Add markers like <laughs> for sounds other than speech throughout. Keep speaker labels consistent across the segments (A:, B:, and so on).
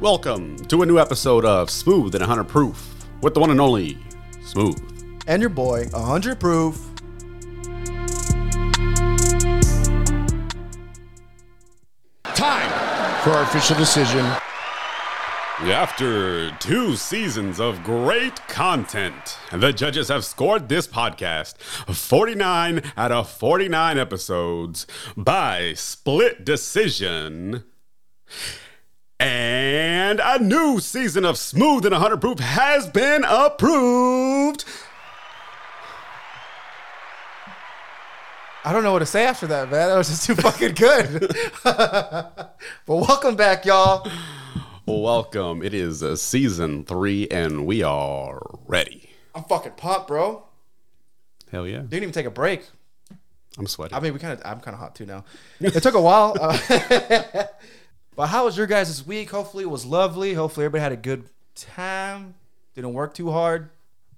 A: Welcome to a new episode of Smooth and 100 Proof with the one and only Smooth.
B: and your boy, 100 proof.
C: Time for our official decision.
A: After two seasons of great content, the judges have scored this podcast 49 out of 49 episodes by split decision. And a new season of Smooth and 100 Proof has been approved.
B: I don't know what to say after that, man. That was just too fucking good. <laughs> but welcome back, y'all.
A: Welcome. It is uh, season three, and we are ready.
B: I'm fucking pumped, bro.
A: Hell yeah.
B: Didn't even take a break.
A: I'm sweating.
B: I mean, we kind of, I'm kind of hot too now. It took a while. uh, <laughs> but how was your guys' this week? Hopefully it was lovely. Hopefully everybody had a good time. Didn't work too hard.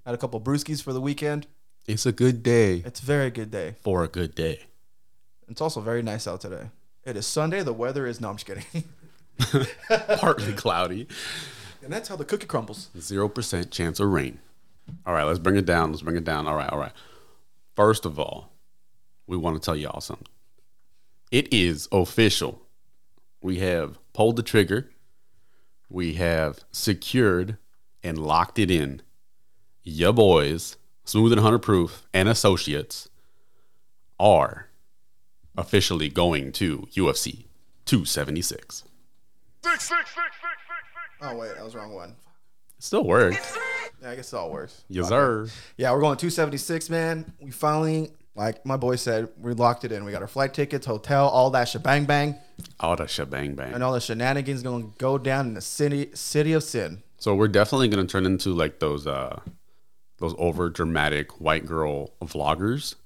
B: Had a couple brewskis for the weekend.
A: It's a good day
B: It's a very good day.
A: for a good day. <laughs>
B: It's also very nice out today. It is Sunday. The weather is, no, I'm just kidding. <laughs>
A: Partly cloudy,
B: and that's how the cookie crumbles.
A: 0% chance of rain. All right, let's bring it down. Let's bring it down. All right, all right. First of all, we want to tell y'all something. It is official. We have pulled the trigger, we have secured and locked it in. Your boys, Smooth and Hunter Proof, and associates are officially going to UFC 276.
B: Oh wait, that was the wrong one.
A: Still works.
B: Yeah, I guess it's all worse.
A: Yes, sir.
B: Yeah, we're going 276, man. We finally, like my boy said, we locked it in. We got our flight tickets, hotel, all that shebang bang,
A: All that shebang bang.
B: and all the shenanigans gonna go down in the city city of sin.
A: So we're definitely gonna turn into like those uh those over dramatic white girl vloggers.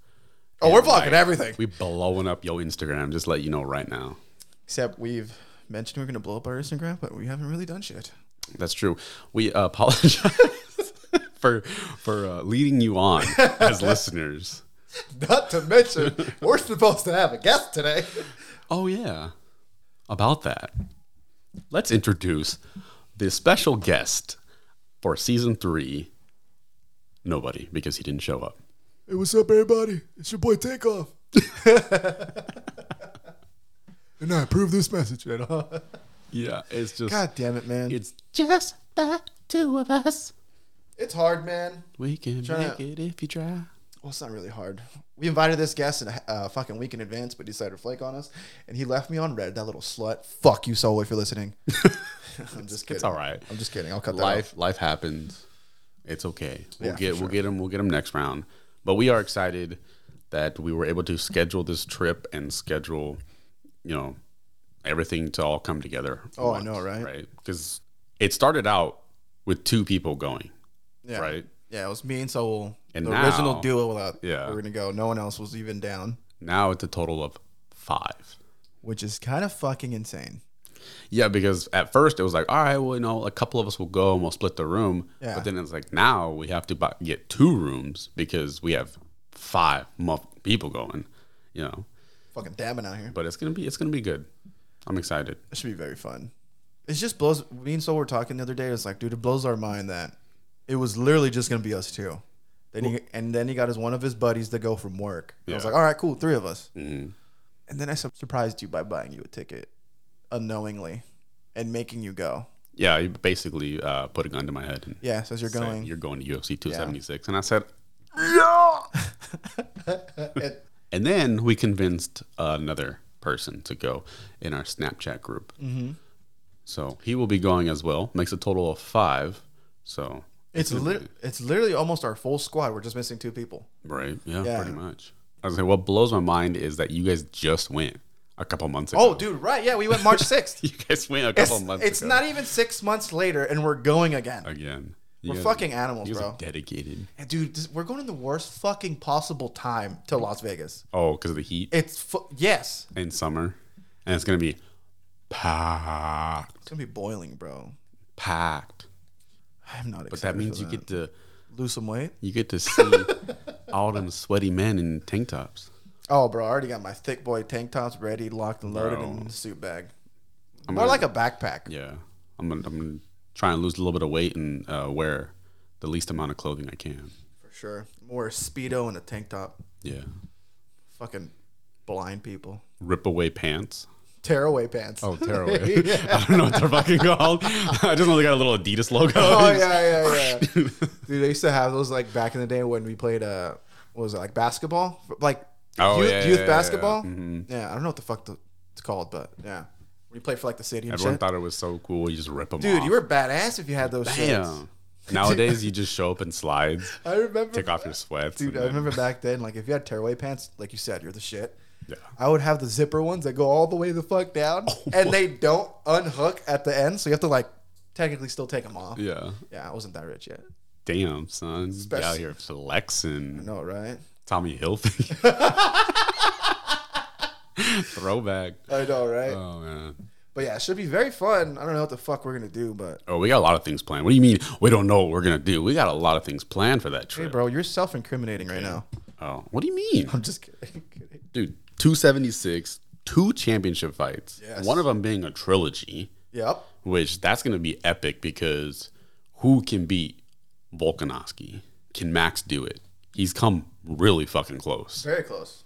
B: Oh, we're blocking everything.
A: We blowing up your Instagram, just let you know right now.
B: Except we've mentioned we're gonna blow up our Instagram, but we haven't really done shit.
A: That's true. We uh, <laughs> apologize for for uh, leading you on as listeners.
B: <laughs> Not to mention, we're supposed to have a guest today.
A: Oh yeah. About that. Let's introduce the special guest for season 3. Nobody because he didn't show up.
B: Hey, what's up, everybody? It's your boy
A: <laughs>
B: Takeoff. and I approve this message at all.
A: <laughs> Yeah, it's just
B: God damn it, man.
A: it's just the two of us.
B: it's hard, man.
A: We can
B: Try
A: make it if you try.
B: Well, it's not really hard. We invited this guest in a uh, fucking week in advance, but he decided to flake on us, and he left me on red. That little slut. Fuck you, Solo, if you're listening. <laughs> I'm just kidding.
A: It's all right.
B: I'm just kidding. I'll cut that
A: Life life happens. It's okay. We'll
B: Yeah,
A: get
B: for
A: we'll
B: sure.
A: get him we'll get him next round. But we are excited that we were able to schedule this trip and schedule, you know, everything to all come together. at
B: Oh, I know, right?
A: Right, because it started out with two people going.
B: off. Yeah.
A: right.
B: Yeah, it was me and Soul.
A: And
B: the
A: now-
B: original duo without
A: Yeah.
B: we're gonna go. No one else was even down,
A: Now it's a total of five.
B: which is kind of fucking insane.
A: Yeah, because at first it was like, all right, well, you know, a couple of us will go and we'll split the room.
B: Yeah.
A: But then it's like now we have to buy, get two rooms because we have five mu- people going, you know.
B: Fucking dabbing out here.
A: But it's gonna be it's gonna be good. I'm excited.
B: It should be very fun. It just blows. Me and Soul were talking the other day. It's like, dude, it blows our mind that it was literally just gonna be us two. Then he and then he got his one of his buddies to go from work. I was
A: Yeah. Mm-hmm.
B: like, all right, cool, three of us. And then I sur- surprised you by buying you a ticket, unknowingly, and making you go.
A: Yeah, you basically uh, put a gun to my head and
B: Yeah, says you're
A: said,
B: going.
A: you're going to UFC 276, and I said,
B: It-
A: <laughs> and then we convinced another person to go in our Snapchat group. Mm-hmm. So he will be going as well. Makes a total of five. So
B: it's lit it's literally almost our full squad. We're just missing two people.
A: Right. Yeah,
B: Yeah.
A: pretty much. I was like, what blows my mind is that you guys just went a couple months ago. <laughs>
B: Oh, dude, right? Yeah, we went March sixth.
A: you guys went a
B: it's
A: couple months
B: it's
A: ago.
B: not even six months later, and we're going again.
A: again. You
B: We're
A: guys-
B: fucking animals,
A: you guys
B: bro.
A: are dedicated.
B: And dude, this, we're going in the worst fucking possible time to Las Vegas.
A: Oh, because of the heat
B: It's fu- yes,
A: in summer, and it's gonna be packed,
B: it's gonna be boiling, bro.
A: packed.
B: I'm not.
A: But that means you get
B: that.
A: to
B: lose some weight.
A: you get to see <laughs> all them sweaty men in tank tops.
B: Oh, bro, I already got my thick boy tank tops ready, locked and loaded
A: Bro.
B: in the suit bag.
A: I'm
B: More
A: gonna-
B: like a backpack.
A: Yeah, I'm gonna, I'm gonna try and lose a little bit of weight and uh, wear the least amount of clothing I can.
B: for sure. More speedo and a tank top.
A: Yeah,
B: Fucking blind people.
A: rip away pants.
B: Tearaway pants.
A: Oh, tear away. <laughs> I don't know what they're fucking called. <laughs> I just know they got a little Adidas logo.
B: <laughs> Oh yeah, yeah, yeah. Dude, they used to have those like back in the day when we played uh, what was it like basketball, like
A: Oh,
B: youth,
A: yeah,
B: youth
A: yeah, Mm-hmm. yeah,
B: basketball.
A: yeah.
B: Yeah, I don't know what the fuck the, it's called, but yeah, we played for like the city
A: <laughs>
B: and
A: Everyone
B: shit.
A: thought it was so cool. You just rip them
B: Dude,
A: off.
B: you were badass if you had those.
A: Damn.
B: Shits.
A: Nowadays, you just show up in slides,
B: I remember.
A: take off your sweats.
B: Dude,
A: and
B: I
A: then-
B: remember back then, like if you had tearaway pants, like you said, you're the shit.
A: Yeah. Oh.
B: I would have the zipper ones that go all the way the
A: <laughs>
B: fuck down, and they don't unhook at the end, so you have to like technically still take them off.
A: Yeah.
B: Yeah, I wasn't that rich yet.
A: Damn, son. You
B: Especially-
A: out here flexing.
B: No, right?
A: Tommy Hilfiger.
B: <laughs>
A: Throwback.
B: I know, right?
A: Oh man.
B: But yeah, it should be very fun. I don't know what the fuck we're gonna do, but
A: Oh, we got a lot of things planned. What do you mean we don't know what we're gonna do? We got a lot of things planned for that
B: hey,
A: trip.
B: bro, you're self-incriminating right now.
A: Oh, what do you mean,
B: I'm
A: <laughs>
B: just kidding. kidding.
A: dude? Two seventy six, two championship fights.
B: Yes.
A: One of them being a trilogy,
B: Yep.
A: which that's gonna be epic because who can beat Volkanovski? Can Max do it? He's come really fucking close.
B: Very close.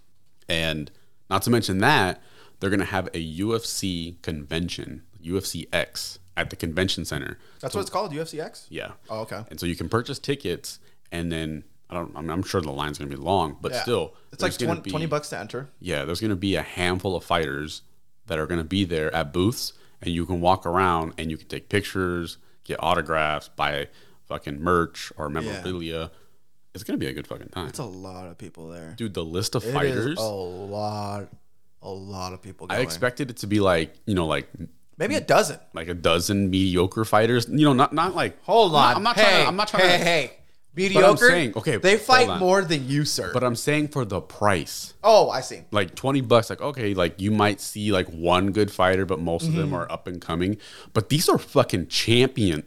A: And not to mention that, they're going to have a UFC convention, UFC X, at the convention center.
B: That's what it's called, UFCX.
A: Yeah.
B: Oh, okay.
A: And so you can purchase tickets, and then I don't, I mean, I'm sure the line's going to be long, but
B: Yeah.
A: still,
B: it's
A: there's
B: like
A: gonna
B: 20,
A: be-
B: 20 bucks to enter.
A: Yeah, there's going to be a handful of fighters that are going to be there at booths, and you can walk around and you can take pictures, get autographs, buy fucking merch or memorabilia. It's going to be a good fucking time.
B: It's a lot of people there.
A: Dude, the list of
B: It is
A: fighters.
B: a lot, a lot of people.
A: I
B: Going.
A: expected it to be like, you know, like
B: maybe a dozen.
A: like a dozen mediocre fighters. You know, not not like
B: Hold on.
A: I'm not
B: hey,
A: trying. To, I'm not trying.
B: Hey,
A: to,
B: hey,
A: But I'm
B: mediocre.
A: saying, okay,
B: they
A: hold
B: fight
A: on.
B: more than you, sir.
A: But I'm saying for the price,
B: oh, I see.
A: like twenty bucks, like okay, like you might see like one good fighter, but most of
B: Mm-hmm.
A: them are up and coming. But these are fucking champion.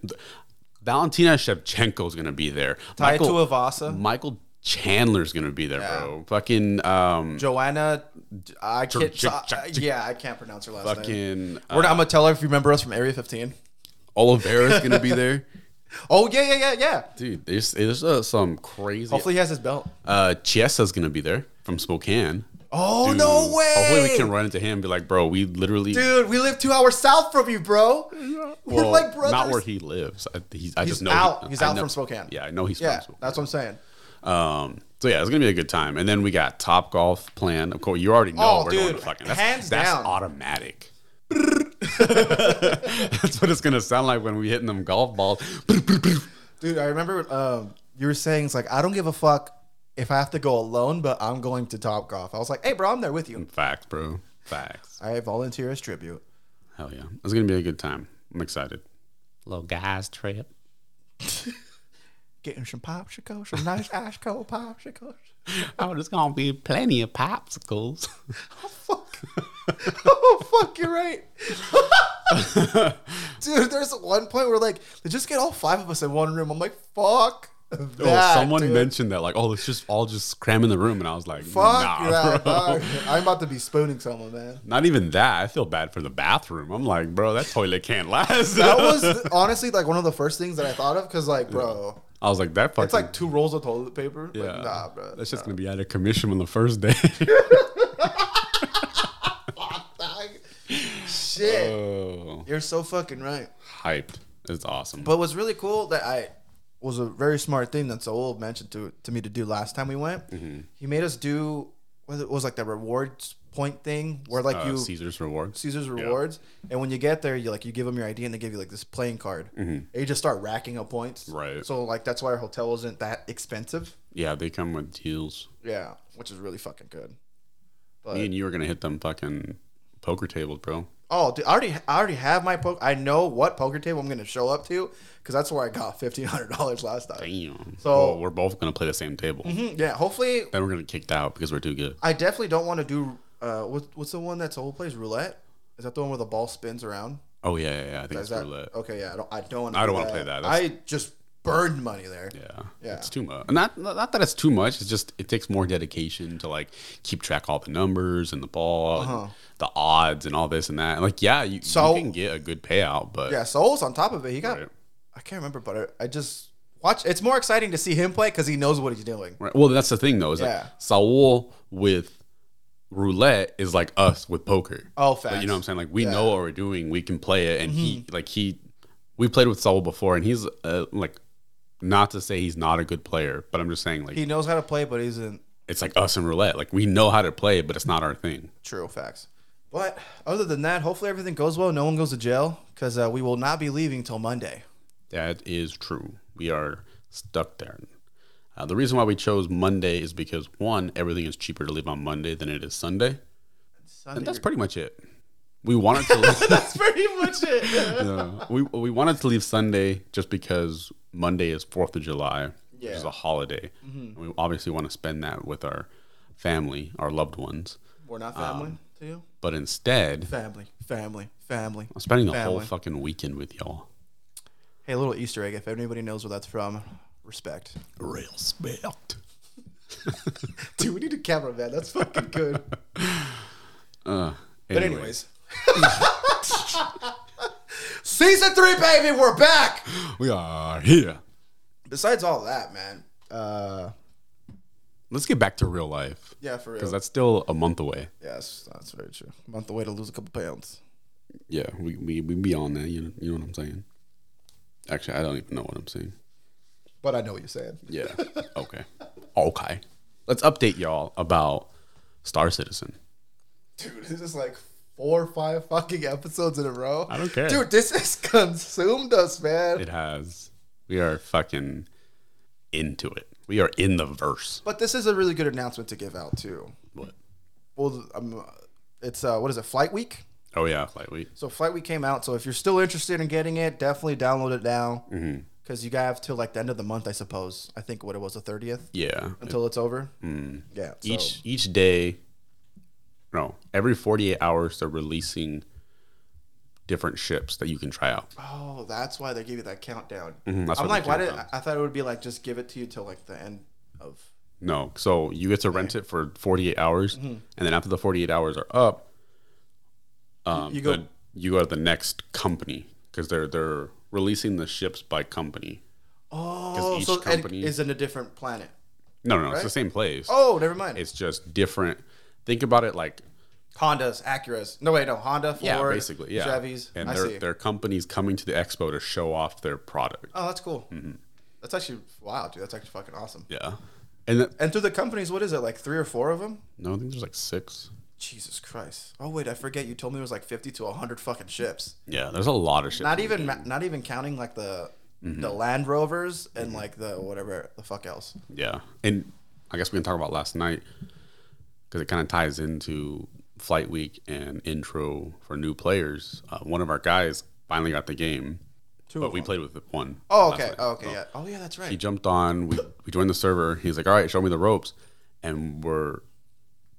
A: Valentina Shevchenko is gonna be there.
B: Ty Tuivasa,
A: Michael Chandler's gonna be there, bro. Fucking um,
B: Joanna. I can't.
A: Ch- ch- ch-
B: yeah, I can't pronounce her last name.
A: fucking uh,
B: We're not, I'm gonna tell her if you remember us from Area 15.
A: Oliveira's gonna be there, <laughs>
B: Oh yeah, yeah, yeah, yeah.
A: dude. There's there's uh, some crazy.
B: Hopefully he has his belt.
A: Uh, Chiesa's gonna be there from Spokane.
B: Oh no
A: Dude,
B: way!
A: Hopefully we can run into him and be like, bro, we literally
B: Dude, we live two hours south from you, bro. We're
A: Well,
B: like brothers.
A: Not where he lives. I, he's, I
B: He's
A: just know
B: out. He's
A: I
B: out
A: know-
B: from Spokane.
A: Yeah, I know he's
B: yeah,
A: from Spokane.
B: that's what I'm saying.
A: Um, so yeah, it's gonna be a good time. And then we got Top Golf planned. Of course, you already know
B: Oh,
A: we're going
B: dude,
A: to fucking that's,
B: hands
A: that's
B: down.
A: automatic. <laughs> that's what it's gonna sound like when we hitting them golf balls.
B: Dude, I remember um, you were saying it's like I don't give a fuck if I have to go alone, but I'm going to Top Golf. I was like, hey, bro, I'm there with you.
A: Facts, bro. Facts.
B: I volunteer as tribute.
A: Hell yeah, it's gonna be a good time. I'm excited. Little guys trip.
B: Getting some popsicles, some nice <laughs> ice cold popsicles.
A: Oh, there's gonna be plenty of popsicles.
B: Oh fuck! <laughs> oh fuck! You're right. <laughs> Dude, there's one point where like they just get all five of us in one room. I'm like, fuck.
A: <laughs> Oh,
B: That,
A: someone
B: dude.
A: mentioned that, like, oh, let's just all just cram in the room, and I was like,
B: Fuck
A: nah,
B: that,
A: bro. <laughs>
B: dog. I'm about to be spooning someone, man.
A: Not even that. I feel bad for the bathroom. I'm like, bro, that toilet can't <laughs> last.
B: That was th- honestly like one of the first things that I thought of because, like, bro,
A: I was like, that fucking.
B: it's like two rolls of toilet paper. Yeah.
A: yeah,
B: Like, nah, bro.
A: That's just gonna be out of commission on the first
B: <laughs>
A: day.
B: Dog. Shit.
A: oh,
B: You're so fucking right.
A: hyped. It's awesome.
B: But what's really cool that I was a very smart thing that Saul mentioned to to me to do last time we went.
A: Mm-hmm.
B: He made us do what it was like the rewards point thing where like
A: uh,
B: you
A: Caesar's rewards.
B: Caesar's rewards, and when you get there, you like you give them your ID and they give you like this playing card, and you just start racking up points.
A: Mm-hmm. Right.
B: So like that's why our hotel isn't that expensive.
A: Yeah, they come with deals.
B: Yeah, which is really fucking good.
A: Me and you are gonna hit them fucking poker tables, bro.
B: Oh, dude, I already I already have my poker. I know what poker table I'm gonna show up to because that's where I got fifteen hundred dollars last time.
A: Damn.
B: So-
A: Well, we're both gonna play the same table.
B: Mhm, Yeah, hopefully
A: Then we're gonna get kicked out because we're too good.
B: I definitely don't want to do. Uh, what, what's the one that's whole plays roulette? Is that the one where the ball spins around?
A: Oh yeah, yeah, yeah. I think it's
B: Is that oh,
A: roulette.
B: okay? Yeah, I don't. I don't want.
A: I don't wanna play that. That's-
B: I just burned money there.
A: Yeah.
B: Yeah.
A: It's too much. Not not that it's too much. It's just it takes more dedication to like keep track of all the numbers and the ball. and the odds and all this and that. And like, yeah, you,
B: Uh-huh. So-
A: you can get a good payout, but
B: Yeah, Souls on top of it. He got.
A: Right.
B: I can't remember, but I, I just watch. It's more exciting to see him play because he knows what he's doing.
A: Right. Well, that's the thing though. Is
B: Yeah.
A: like Saul with roulette is like us with poker.
B: Oh,
A: Like,
B: facts. Mm-hmm.
A: you know what I'm saying? Like we know what we're doing. We can play it, and he like he. We played with Saul before, and he's uh, like, not to say he's not a good player, but I'm just saying like
B: He knows how to play, but he's in
A: it's like us and roulette. Like we know how to play it, but it's not our thing.
B: true facts. But other than that, hopefully everything goes well. No one goes to jail because uh, we will not be leaving till Monday.
A: That is true. We are stuck there. Uh, the reason why we chose Monday is because one, everything is cheaper to leave on Monday than it is Sunday,
B: Sunday.
A: and that's pretty much it. We
B: <laughs>
A: wanted to. leave.
B: that's pretty much it.
A: Yeah. we we wanted to leave Sunday just because Monday is Fourth of July, which is a holiday.
B: Mm-hmm.
A: And we obviously want to spend that with our family, our loved ones.
B: <laughs> We're not family
A: Um,
B: to you.
A: But instead,
B: Family, family, family.
A: I'm spending the whole
B: Family.
A: fucking weekend with y'all.
B: Hey, a little Easter egg. If anybody knows where that's from, respect. <laughs>
A: Real spelt.
B: Dude, we need a camera, man. That's fucking good.
A: <laughs> Uh,
B: But anyways. <laughs> Season three, baby, we're back.
A: we are here.
B: Besides all that, man. Uh,
A: Let's get back to real life
B: yeah, for
A: because
B: real.
A: that's still a month away.
B: Yes, that's very true. A month away to lose a couple pounds.
A: Yeah, we we we beyond that. You know, you know what I'm saying. Actually, I don't even know what I'm saying.
B: But I know what you're saying. <laughs>
A: Yeah. Okay. Okay. Let's update y'all about Star Citizen.
B: Dude, this is like four or five fucking episodes in a row. I
A: don't care.
B: Dude, this has consumed us, man.
A: It has. We are fucking into it. We are in the verse.
B: but this is a really good announcement to give out, too.
A: What?
B: Well, um, it's, uh, what is it, Flight Week?
A: Oh yeah, like we.
B: So Flight Week came out. So if you're still interested in getting it, definitely download it now.
A: Mm-hmm.
B: Because you have till like the end of the month, I suppose. I think what it was the thirtieth
A: Yeah.
B: until it's over. Yeah. So,
A: Mm. Each each day. No, every forty eight hours they're releasing different ships that you can try out.
B: Oh, that's why they give you that countdown.
A: Mm-hmm. that's
B: I'm
A: what
B: like,
A: they
B: why
A: do
B: did I I thought it would be like just give it to you till like the end of.
A: No, so you get to rent it for forty eight hours,
B: Mm-hmm.
A: and then after the forty eight hours are up, um,
B: You go-
A: the- you go to the next company because they're they're releasing the ships by company.
B: Oh,
A: each
B: so
A: company-
B: it is in a different planet.
A: No, no, no it's the same place.
B: Oh, never mind.
A: It's just different. Think about it like
B: Hondas, Acuras. No wait, no Honda, Ford,
A: yeah, basically, yeah.
B: Chevys.
A: and
B: I
A: their
B: see.
A: their companies coming to the expo to show off their product.
B: Oh, that's cool.
A: Mm-hmm.
B: That's actually wow, dude. That's actually fucking awesome.
A: Yeah, and that,
B: And through the companies, what is it like three or four of them?
A: no, I think there's like six.
B: Jesus Christ! Oh wait, I forget. You told me it was like fifty to hundred fucking ships.
A: Yeah, there's a lot of ships.
B: Not even ma- not even counting like the
A: Mm-hmm.
B: the Land Rovers and like the whatever the fuck else.
A: Yeah, and I guess we can talk about last night because it kind of ties into flight week and intro for new players. Uh, one of our guys finally got the game,
B: Two
A: but
B: of
A: we
B: them.
A: played with one.
B: Oh
A: last
B: okay,
A: night.
B: oh, okay, yeah. Oh yeah, that's right.
A: He jumped on. We we joined the server. He's like, "All right, show me the ropes," and we're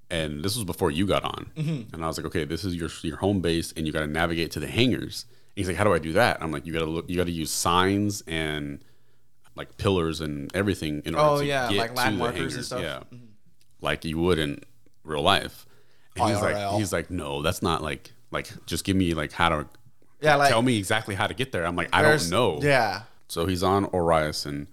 A: and this was before you got on.
B: Mm-hmm.
A: And I was like, "Okay, this is your your home base, and you got to navigate to the hangars." And he's like, "How do I do that?" I'm like, "You got to look. You got to use signs and like pillars and everything in order
B: Oh,
A: to
B: yeah,
A: get
B: like
A: to
B: landmarkers
A: the
B: and
A: hangars.
B: stuff. Mm-hmm.
A: Yeah, like you would in real life." And he's like,
B: IRL.
A: "He's like, no, that's not like like just give me like how to."
B: Yeah, like-
A: tell me exactly how to get there. I'm like, I
B: There's-
A: don't know.
B: Yeah.
A: So he's on Orison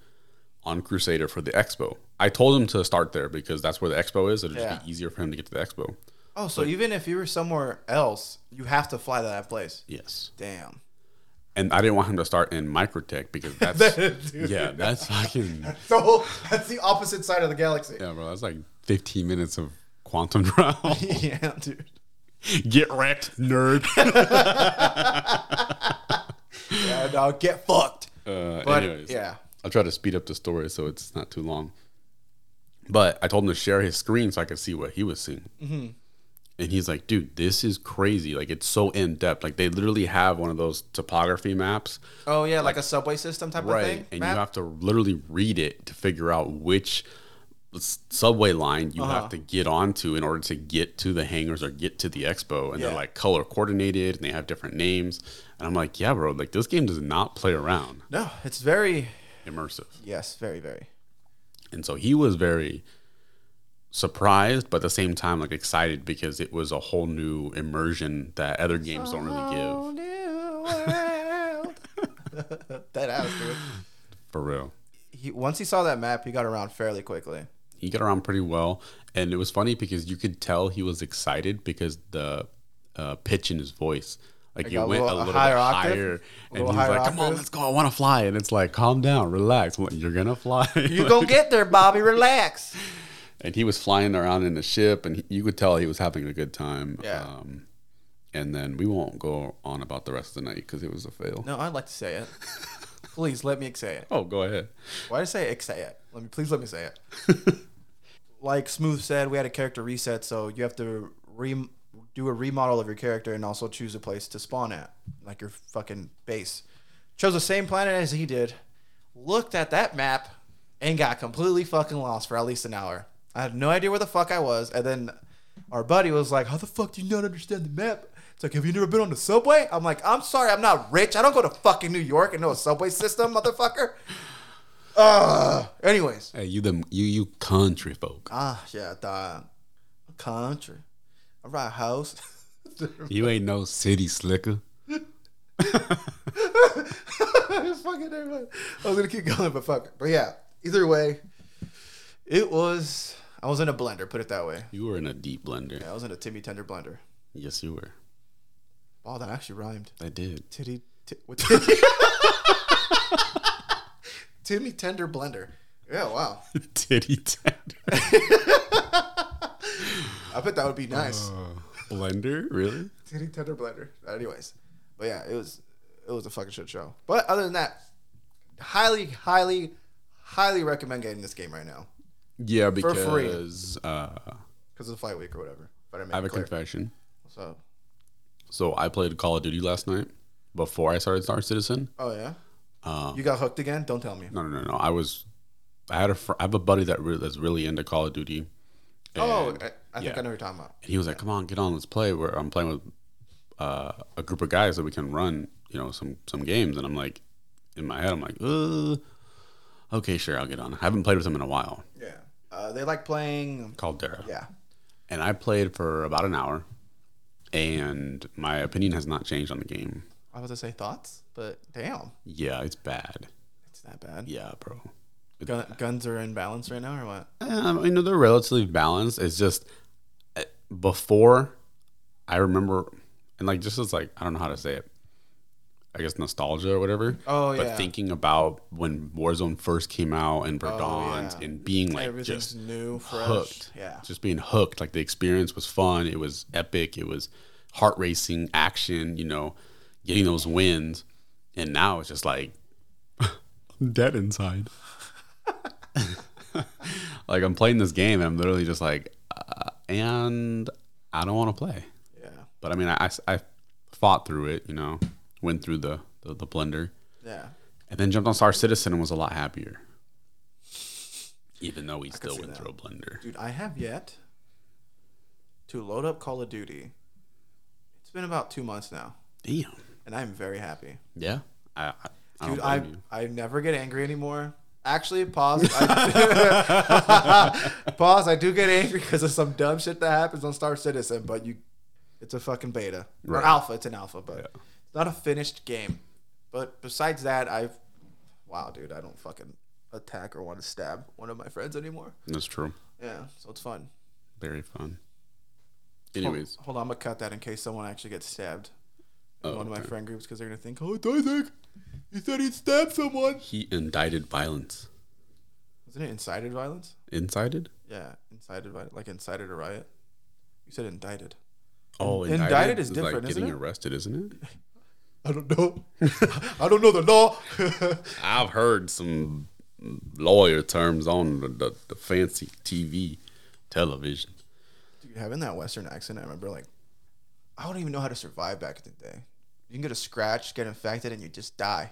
A: on Crusader for the expo. I told him to start there because that's where the expo is. It'll just
B: Yeah.
A: be easier for him to get to the expo.
B: Oh, so even if you were somewhere else, you have to fly to that place.
A: Yes. <laughs>
B: Damn. <laughs>
A: And I didn't want him to start in Microtech <laughs> because that's
B: Dude.
A: yeah, that's fucking
B: So that's the opposite side of the galaxy.
A: yeah, bro. That's like 15 minutes of quantum drown.
B: <laughs> Yeah, dude.
A: <laughs> get wrecked, nerd.
B: Yeah, Uh, no, get fucked.
A: Uh,
B: But
A: anyways,
B: yeah.
A: <laughs> I'll try to speed up the story so it's not too long. But I told him to share his screen so I could see what he was seeing. And he's like, dude, this is crazy. Like, it's so in depth. Like, they literally have one of those topography maps,
B: Oh yeah, like, a subway system type of thing.
A: And
B: map?
A: you have to literally read it to figure out which s- subway line you
B: Uh-huh.
A: have to get onto in order to get to the hangars or get to the expo. And
B: Yeah.
A: they're like color coordinated and they have different names. And I'm like, yeah, bro, like, this game does not play around.
B: no, it's very
A: Immersive.
B: <laughs> yes, very very.
A: And so he was very surprised, but at the same time, like excited because it was a whole new immersion that other games don't really give.
B: that ass, dude.
A: For real.
B: He, once he saw that map, he got around fairly quickly.
A: he got around pretty well and it was funny because you could tell he was excited because the uh, pitch in his voice like, it
B: a
A: went
B: little-
A: a
B: a
A: little bit
B: higher octave?
A: higher and he
B: little
A: was
B: higher
A: like come on
B: octave?
A: let's go i want to fly and it's like calm down relax What, you're gonna fly
B: <laughs>
A: <laughs>
B: You go get there, Bobby. Relax.
A: and he was flying around in the ship and he, you could tell he was having a good time
B: Yeah.
A: um, and then we won't go on about the rest of the night because it was a fail
B: No, I'd like to say
A: <laughs>
B: it. Please let me say it.
A: oh go ahead
B: Why did I say it? Say it. Let me please let me say it. like Smooth said, we had a character reset, so you have to re- do a remodel of your character and also choose a place to spawn at, like your fucking base. Chose the same planet as he did. Looked at that map and got completely fucking lost for at least an hour. I had no idea where the fuck I was, and then our buddy was like, "How the fuck do you not understand the map?" It's like, "Have you never been on the subway?" I'm like, "I'm sorry, I'm not rich. I don't go to fucking New York and know a subway system, motherfucker." Ugh. Uh, Anyways,
A: hey you them you you country folk
B: Ah, yeah, dog. Country. I ride house. <laughs>
A: you ain't no city slicker
B: It's fucking everybody. I was gonna keep going, but fuck. it. But yeah, either way, it was. I was in a blender. Put it that way.
A: you were in a deep blender
B: Yeah, I was in a Timmy Tender blender.
A: yes you were
B: Wow, that actually rhymed.
A: i did
B: Titty. T- with <laughs> titty. Timmy Tender blender. Yeah, wow.
A: <laughs> titty tender.
B: I bet that would be nice.
A: Uh, Blender, really?
B: Titty Tender blender. Anyways, but yeah, it was it was a fucking shit show. But other than that, highly, highly, highly recommend getting this game right now
A: Yeah,
B: For free.
A: because uh,
B: because of the fight week or whatever. But I
A: I have
B: mean,
A: a confession.
B: so
A: So I played Call of Duty last night before I started Star Citizen.
B: oh yeah,
A: Um,
B: you got hooked again? Don't tell me.
A: no, no, no, no. I was, I had a, fr- I have a buddy that re- that's really into Call of Duty.
B: oh,
A: And-
B: I, I think
A: yeah.
B: I know what you're talking about.
A: and he was like, "Come on, get on, let's play." Where I'm playing with uh, a group of guys that we can run, you know, some some games. And I'm like, in my head, I'm like, uh, okay, sure, I'll get on. I haven't played with him in a while.
B: Yeah, uh, they like playing.
A: Caldera.
B: Yeah,
A: and I played for about an hour, and my opinion has not changed on the game.
B: I was gonna say thoughts, but damn,
A: Yeah, it's bad.
B: it's that bad.
A: Yeah, bro.
B: Gun, guns are in balance right now, or what?
A: Um, you know they're relatively balanced. It's just uh, before I remember, and like just as like I don't know how to say it. I guess nostalgia or whatever.
B: Oh,
A: But
B: yeah.
A: thinking about when Warzone first came out and Verdant
B: Oh, yeah.
A: and being like
B: Everything's
A: just
B: new, fresh.
A: hooked.
B: Yeah,
A: Just being hooked. Like the experience was fun. It was epic. It was heart racing action, you know, getting those wins. And now it's just like <laughs> I'm dead inside. <laughs> like I'm playing this game and I'm literally just like, uh, and I don't want to play.
B: yeah,
A: But I mean, I, I, I fought through it, you know, went through the, the, the blender
B: yeah.
A: and then jumped on Star Citizen and was a lot happier. Even though we still
B: see
A: went
B: that.
A: through a blender.
B: Dude, I have yet to load up Call of Duty. It's been about two months now,
A: Damn.
B: and I'm very happy.
A: Yeah. I, I, I don't
B: Dude,
A: blame
B: I
A: you.
B: I never get angry anymore. Actually, pause. I, <laughs> pause. I do get angry because of some dumb shit that happens on Star Citizen, but you, it's a fucking beta
A: Right.
B: or alpha. It's an alpha, but it's not a finished game. But besides that, I've wow, dude, I don't fucking attack or want to stab one of my friends anymore.
A: That's true.
B: Yeah, so it's fun.
A: Very fun.
B: Hold-
A: Anyways,
B: Hold, on, I'm gonna cut that in case someone actually gets stabbed. in
A: Oh,
B: one of my
A: okay.
B: friend groups because they're gonna think, "Oh, it's Isaac. He said he'd stab someone."
A: he indicted violence.
B: Isn't it incited violence?
A: Incited?
B: Yeah, incited violence, like incited a riot. You said indicted.
A: Oh,
B: Indicted is different,
A: like
B: isn't
A: getting
B: it?
A: arrested, isn't it?
B: I don't know. <laughs> I don't know the law. <laughs>
A: I've heard some lawyer terms on the, the, the fancy TV television.
B: Dude, having that Western accent, I remember like, I don't even know how to survive back in the day. You can get a scratch, get infected, and you just die.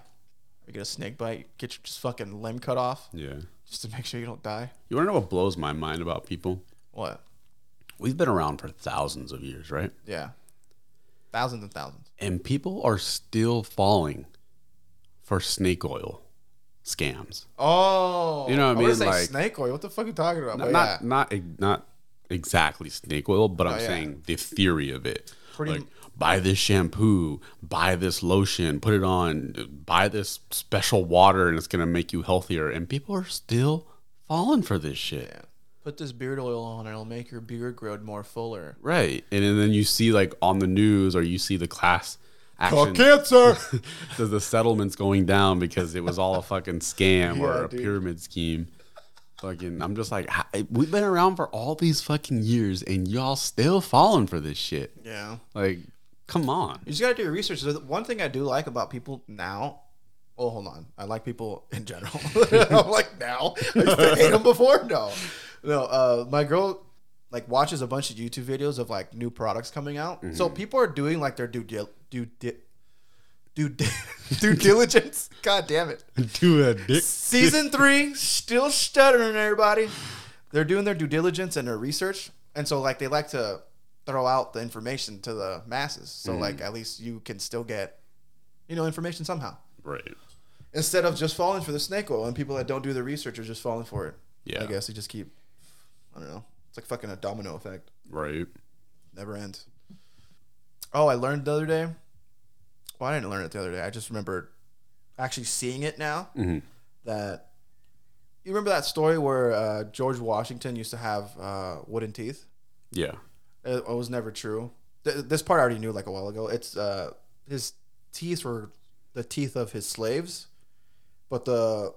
B: Or you get a snake bite, get your just fucking limb cut off
A: Yeah.
B: just to make sure you don't die.
A: You want to know what blows my mind about people?
B: What?
A: We've been around for thousands of years, right?
B: Yeah. Thousands and thousands.
A: And people are still falling for snake oil scams.
B: Oh,
A: You know what I
B: wouldn't
A: mean?
B: Say
A: Like-
B: snake oil. What the fuck are you talking about?
A: No,
B: But
A: not not not exactly snake oil, but I'm
B: Oh, yeah.
A: saying the theory of it.
B: Pretty-
A: like, buy this shampoo, buy this lotion, put it on, buy this special water, and it's gonna make you healthier. And people are still falling for this shit.
B: Put this beard oil on, it'll make your beard grow more fuller.
A: Right. And, then you see like on the news or you see the class action <laughs>
B: cancer.
A: the, the settlements going down because it was all a fucking scam or
B: Yeah,
A: a
B: dude.
A: pyramid scheme. Fucking I'm just like "Hi- we've been around for all these fucking years and y'all still falling for this shit.
B: yeah.
A: Like come on.
B: You just gotta do your research. The One thing I do like about people now. Oh, hold on. I like people in general. <laughs> I'm like now. I used to hate them before. No, no. Uh, my girl like watches a bunch of YouTube videos of like new products coming out. So
A: Mm-hmm.
B: people are doing like their due dil- due di- due di- <laughs> due diligence. God damn it.
A: <laughs> Do a dick.
B: Season three, still stuttering, everybody. They're doing their due diligence and their research, and so like they like to throw out the information to the masses. So like at least you can still get, you know, information somehow
A: Right.
B: instead of just falling for the snake oil. And people that don't do the research are just falling for it.
A: Yeah.
B: I guess they just keep. I don't know. It's like fucking a domino effect.
A: Right.
B: Never ends. Oh, I learned the other day. Well, I didn't learn it the other day. I just remembered actually seeing it now. That you remember that story where uh, George Washington used to have uh, wooden teeth?
A: Yeah.
B: It, it was never true. Th- this part I already knew like a while ago. It's uh, his teeth were the teeth of his slaves, but the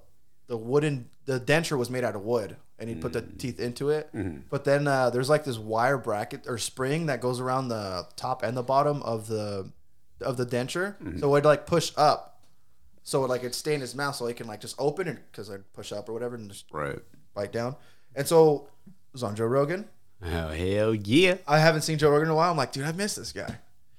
B: the wooden the denture was made out of wood, and he put the teeth into it. But then uh, there's like this wire bracket or spring that goes around the top and the bottom of the of the denture, so it'd like push up, so it, like it'd stay in his mouth, so he can like just open it because I'd push up or whatever and just
A: Right.
B: bite down. And so it was on Joe Rogan.
A: Oh hell yeah.
B: I haven't seen Joe Rogan in a while. I'm like, dude, I miss this guy.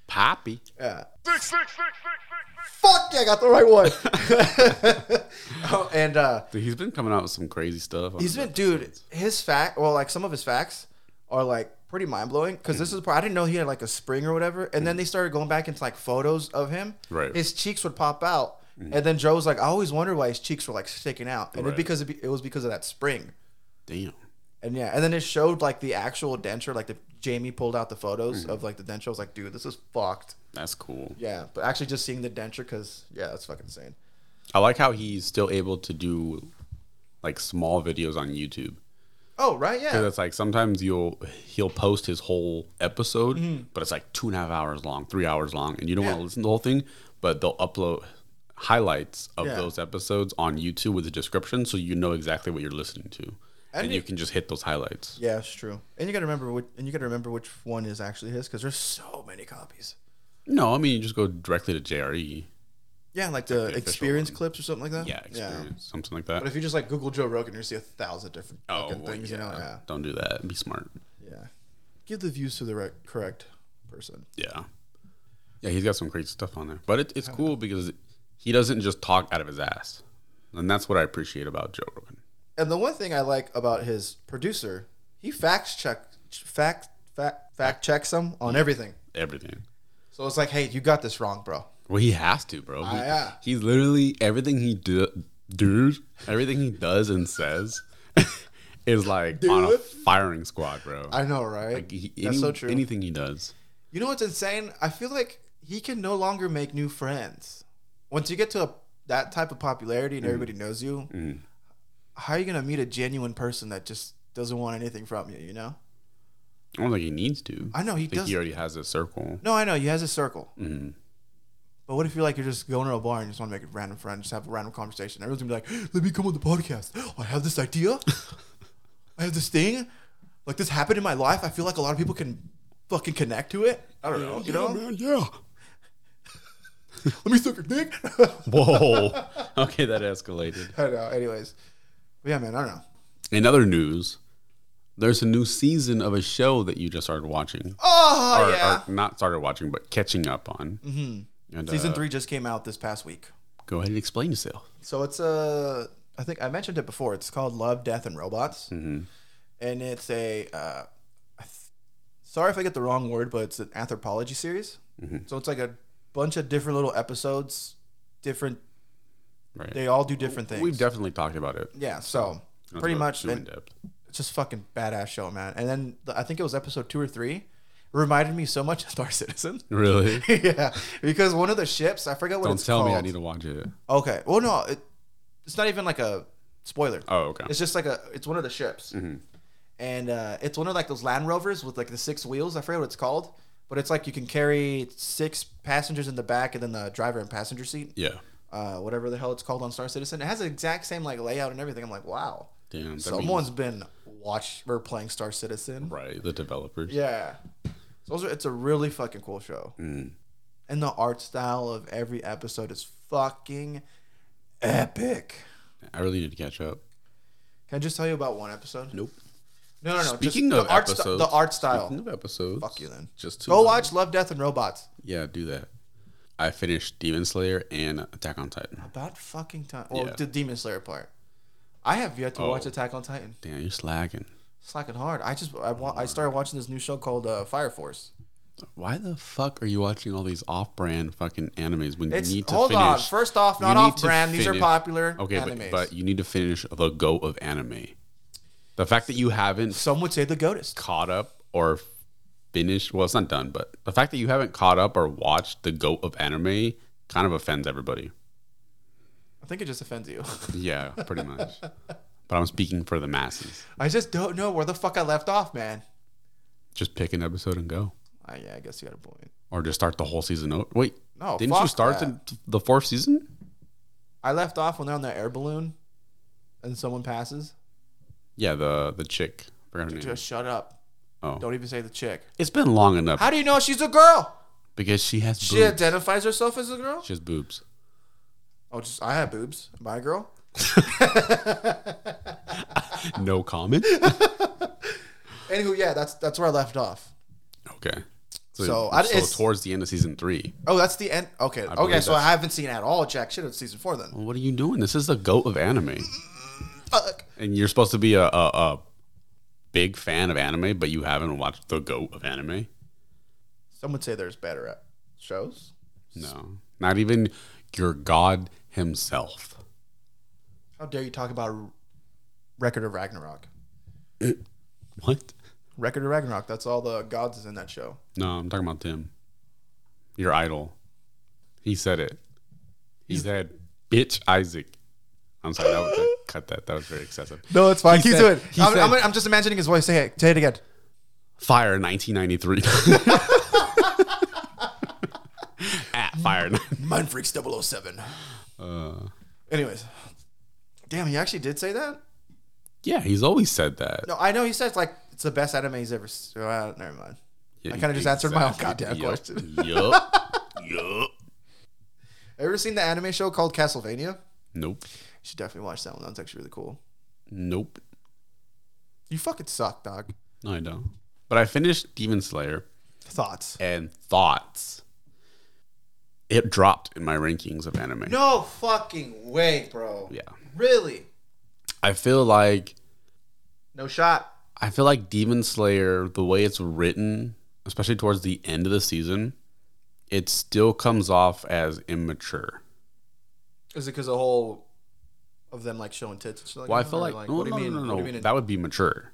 A: Poppy.
B: Yeah.
C: Six, six, six, six, six, six.
B: Fuck yeah, I got the right one. <laughs> oh, and uh,
A: Dude, he's been coming out with some crazy stuff.
B: he's been, dude, his fact, well, like some of his facts are like pretty mind blowing because this is the part I didn't know he had like a spring or whatever. And then they started going back into like photos of him.
A: Right. Mm.
B: His cheeks would pop out. And then Joe was like, I always wondered why his cheeks were like sticking out. And
A: Right.
B: it, because it, be, it was because of that spring.
A: Damn.
B: And yeah, and then it showed like the actual denture, like the Jamie pulled out the photos
A: Mm.
B: of like the denture. I was like, dude, this is fucked.
A: That's cool.
B: Yeah, but actually just seeing the denture because yeah, that's fucking insane.
A: I like how he's still able to do like small videos on YouTube.
B: Oh right,
A: Because
B: yeah,
A: it's like sometimes you'll he'll post his whole episode, but it's like two and a half hours long, three hours long, and you don't want
B: Mm-hmm. Yeah.
A: to listen to the whole thing. But they'll upload highlights of
B: Yeah.
A: those episodes on YouTube with a description, so you know exactly what you're listening to, and,
B: And
A: you
B: it-
A: can just hit those highlights.
B: yeah, it's true. And you gotta remember which, and you gotta remember which one is actually his because there's so many copies.
A: No, I mean you just go directly to JRE.
B: Yeah, like the,
A: official
B: experience
A: one.
B: clips or something like that.
A: Yeah, experience something like
B: But
A: that.
B: if you just like Google Joe Rogan, you see a thousand different
A: Oh,
B: fucking
A: well,
B: things. You
A: yeah.
B: know, yeah,
A: Don't do that. Be smart.
B: yeah. Give the views to the right, correct person.
A: Yeah. Yeah, he's got some crazy stuff on there. But it,
B: <laughs>
A: it's cool because he doesn't just talk out of his ass. And that's what I appreciate about Joe Rogan.
B: And the one thing I like about his producer, he facts check, fact, fact, fact checks him on everything.
A: Everything.
B: So it's like, hey, you got this wrong, bro.
A: Well, he has to, bro. He,
B: Ah, yeah.
A: He's literally everything he do, dude, everything he does and says <laughs> is like on a
B: Dude.
A: firing squad, bro.
B: I know, right?
A: He-
B: That's
A: any-
B: so true.
A: Anything he does.
B: You know what's insane? I feel like he can no longer make new friends. Once you get to a, that type of popularity
A: Mm.
B: and everybody knows you, how are you gonna meet a genuine person that just doesn't want anything from you? You know?
A: I don't think he needs to.
B: I know he
A: I think
B: does.
A: he already has a circle.
B: no, I know he has a circle.
A: Mhm.
B: But what if you're like you're just going to a bar and you just want to make a random friend, just have a random conversation? Everyone's gonna be like, "Let me come on the podcast. Oh, I have
A: <laughs>
B: this idea. I have this thing. Like this happened in my life. I feel like a lot of people can fucking connect to it. I don't know. You know?
A: man, yeah.
B: Let me suck your dick." <laughs>
A: Whoa. <laughs> okay, that escalated.
B: I don't know. uh, Anyways, but yeah, man, I don't know.
A: In other news, there's a new season of a show that you just started watching.
B: Oh
A: or,
B: yeah,
A: or not started watching, but catching up on. Mm-hmm. And,
B: season
A: uh,
B: three just came out this past week.
A: Go ahead and explain yourself.
B: So it's a, I think I mentioned it before. It's called Love, Death, and Robots, mm-hmm. and it's a. Uh, I th- sorry if I get the wrong word, but it's an anthropology series. So it's like a bunch of different little episodes. Different.
A: Right.
B: They all do different things.
A: We've definitely talked about it.
B: yeah. So
A: Not
B: pretty
A: too-
B: much.
A: too in
B: And,
A: depth.
B: it's just fucking badass show, man. And then the, I think it was episode two or three, reminded me so much of Star Citizen.
A: Really?
B: <laughs> yeah, because one of the ships, I forget
A: <laughs>
B: what
A: Don't
B: it's
A: tell
B: called.
A: me I need to watch it.
B: Okay. Well, no, it, it's not even like a spoiler.
A: Oh, okay. Mm-hmm.
B: It's just like a. It's one of the ships, and uh, it's one of like those Land Rovers with like the six wheels. I forget what it's called, but it's like you can carry six passengers in the back and then the driver and passenger seat.
A: yeah.
B: Uh, whatever the hell it's called on Star Citizen, it has the exact same like layout and everything. I'm like, wow,
A: Damn. that means-
B: someone's been watch or playing Star Citizen.
A: right. The developers.
B: Yeah. So those are- it's a really fucking cool show.
A: Mm.
B: And the art style of every episode is fucking epic.
A: I really need to catch up.
B: Can I just tell you about one episode?
A: Nope.
B: No, no, no.
A: Speaking
B: just
A: of
B: the art,
A: episodes,
B: sty- the art style.
A: Speaking of episodes,
B: Fuck you then.
A: Just two
B: Go
A: of
B: watch Love, Death, and Robots.
A: them. Yeah, do that. I finished Demon Slayer and Attack on Titan.
B: About fucking time. Well,
A: Yeah.
B: the Demon Slayer part. I have yet to watch
A: Oh.
B: Attack on Titan.
A: Damn, you're slacking.
B: Slacking hard. I just I, wa- I started watching this new show called uh, Fire Force.
A: Why the fuck are you watching all these off-brand fucking animes when
B: It's
A: you need to
B: hold
A: finish?
B: on. First off,
A: you
B: not
A: need
B: off
A: to
B: brand. These are
A: finish-
B: popular
A: Okay, but,
B: animes.
A: but you need to finish the go of anime. The fact that you haven't
B: Some would say the goatist.
A: caught up or finished well it's not done but the fact that you haven't caught up or watched the goat of anime kind of offends everybody
B: I think it just offends you.
A: yeah pretty much but i'm speaking for the masses
B: I just don't know where the fuck I left off, man.
A: just pick an episode and go
B: Ah, yeah, I guess you got a point.
A: or just start the whole season out wait
B: No,
A: didn't you
B: Oh, fuck
A: start
B: that.
A: the, the fourth season
B: I left off when they're on the air balloon, and someone passes.
A: yeah the the chick I forgot her name.
B: Just shut up.
A: Oh.
B: Don't even say the chick.
A: it's been long enough
B: How do you know she's a girl?
A: because she has
B: She
A: boobs
B: identifies herself as a girl.
A: she has boobs
B: Oh, just I have boobs. Am I a girl?
A: no comment
B: <laughs> Anywho, yeah, that's that's where I left off.
A: okay so,
B: So,
A: so,
B: I- it's-
A: towards the end of season three
B: Oh, that's the end. Okay, okay.
A: believe
B: So I
A: that's- Mm.
B: haven't seen at all Jack shit of season four then.
A: well, what are you doing this is the goat of anime
B: Fuck.
A: and you're supposed to be a, a, a big fan of anime, but you haven't watched the goat of anime.
B: Some would say there's better at shows.
A: No, not even your god himself.
B: How dare you talk about R- Record of Ragnarok?
A: What?
B: Record of Ragnarok. That's all the gods is in that show.
A: No, I'm talking about Tim, your idol. He said it. He said, "Bitch, Isaac." I'm sorry. That was, that, cut that. That was very excessive.
B: No, it's fine.
A: He
B: Keep
A: said-
B: doing.
A: he
B: I'm,
A: said-
B: I'm, I'm just imagining his voice. Say it. Say it again.
A: Fire 1993. <laughs> At fire.
B: <laughs> Mind Freaks 007.
A: Uh,
B: Anyways, damn, he actually did say that.
A: yeah, he's always said that.
B: No, I know he says like it's the best anime he's ever. s- Uh, never mind. I kinda just answered my own goddamn question. <laughs>
A: Yup. yup.
B: Ever seen the anime show called Castlevania? You
A: Nope.
B: should definitely watch that one. That's actually really cool.
A: Nope.
B: You fucking suck, dog.
A: No, I don't. But I finished Demon Slayer
B: Thoughts?
A: and Thoughts. It dropped in my rankings of anime.
B: No fucking way, bro.
A: Yeah.
B: Really?
A: I feel like
B: No shot.
A: I feel like Demon Slayer, the way it's written, especially towards the end of the season, it still comes off as immature.
B: Is it because the whole of them like showing tits and shit like
A: Well, I
B: that?
A: feel
B: Or,
A: like, no,
B: what do you
A: no,
B: mean?
A: no, no,
B: What do
A: no,
B: you mean?
A: That would be mature.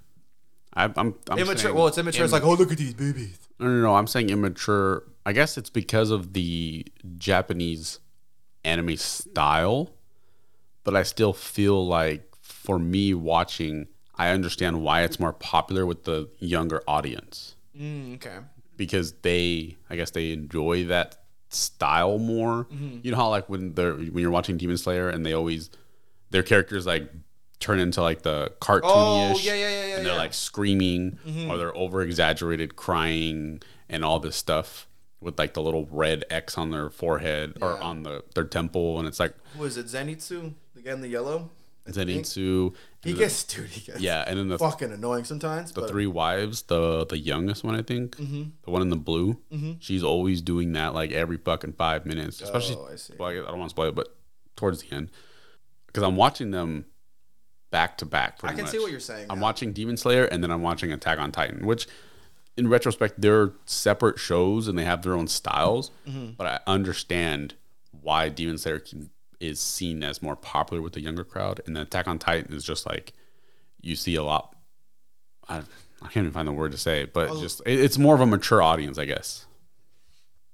A: I, I'm, I'm
B: immature.
A: saying-
B: well, it's immature. it's like, oh, look at these boobies.
A: No, no, no. I'm saying immature. I guess it's because of the Japanese anime style, but I still feel like for me watching, I understand why it's more popular with the younger audience
B: Mm, okay.
A: because they, I guess, they enjoy that style more.
B: Mm-hmm.
A: You know how like when they're when you're watching Demon Slayer and they always their characters like turn into like the cartoonish
B: Oh, yeah, yeah, yeah, yeah.
A: and they're
B: yeah. Mm-hmm.
A: like screaming or they're over exaggerated crying and all this stuff with like the little red X on their forehead or
B: Yeah.
A: on the their temple and it's like
B: Who is it? Zenitsu? The guy in the yellow?
A: Zenitsu.
B: He
A: and
B: gets, <laughs> dude, he gets
A: the, yeah, and then the
B: fucking annoying sometimes.
A: the
B: but Mm-hmm.
A: three wives, the the youngest one I think, the one in the blue, she's always doing that like every fucking five minutes, especially.
B: Oh, I see.
A: Well, I don't want to spoil it, but towards the end, because I'm watching them back to back.
B: I
A: pretty
B: can see
A: much.
B: what you're saying.
A: I'm
B: now.
A: watching Demon Slayer and then I'm watching Attack on Titan, which in retrospect, they're separate shows and they have their own styles.
B: Mm-hmm.
A: But I understand why Demon Slayer can, is seen as more popular with the younger crowd. And then Attack on Titan is just like you see a lot I, I can't even find the word to say, but
B: Oh.
A: just it, it's more of a mature audience, I guess.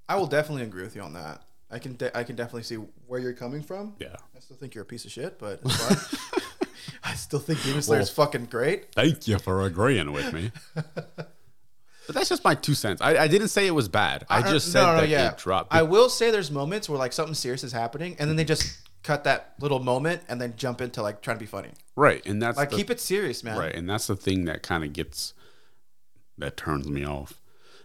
B: I will definitely agree with you on that. I can de- I can definitely see where you're coming from.
A: Yeah.
B: I still think you're a piece of shit, but it's fine.
A: <laughs>
B: I still think Demon Slayer is fucking great.
A: Thank you for agreeing with
B: <laughs>
A: me. but that's just my two cents. I, I didn't say it was bad. I
B: Uh,
A: just said that it dropped.
B: I will say there's moments where like something serious is happening, and then they just cut that little moment and then jump into like trying to be funny.
A: right, and that's
B: Like
A: the,
B: keep it serious, man.
A: right, and that's the thing that kind of gets that turns me off.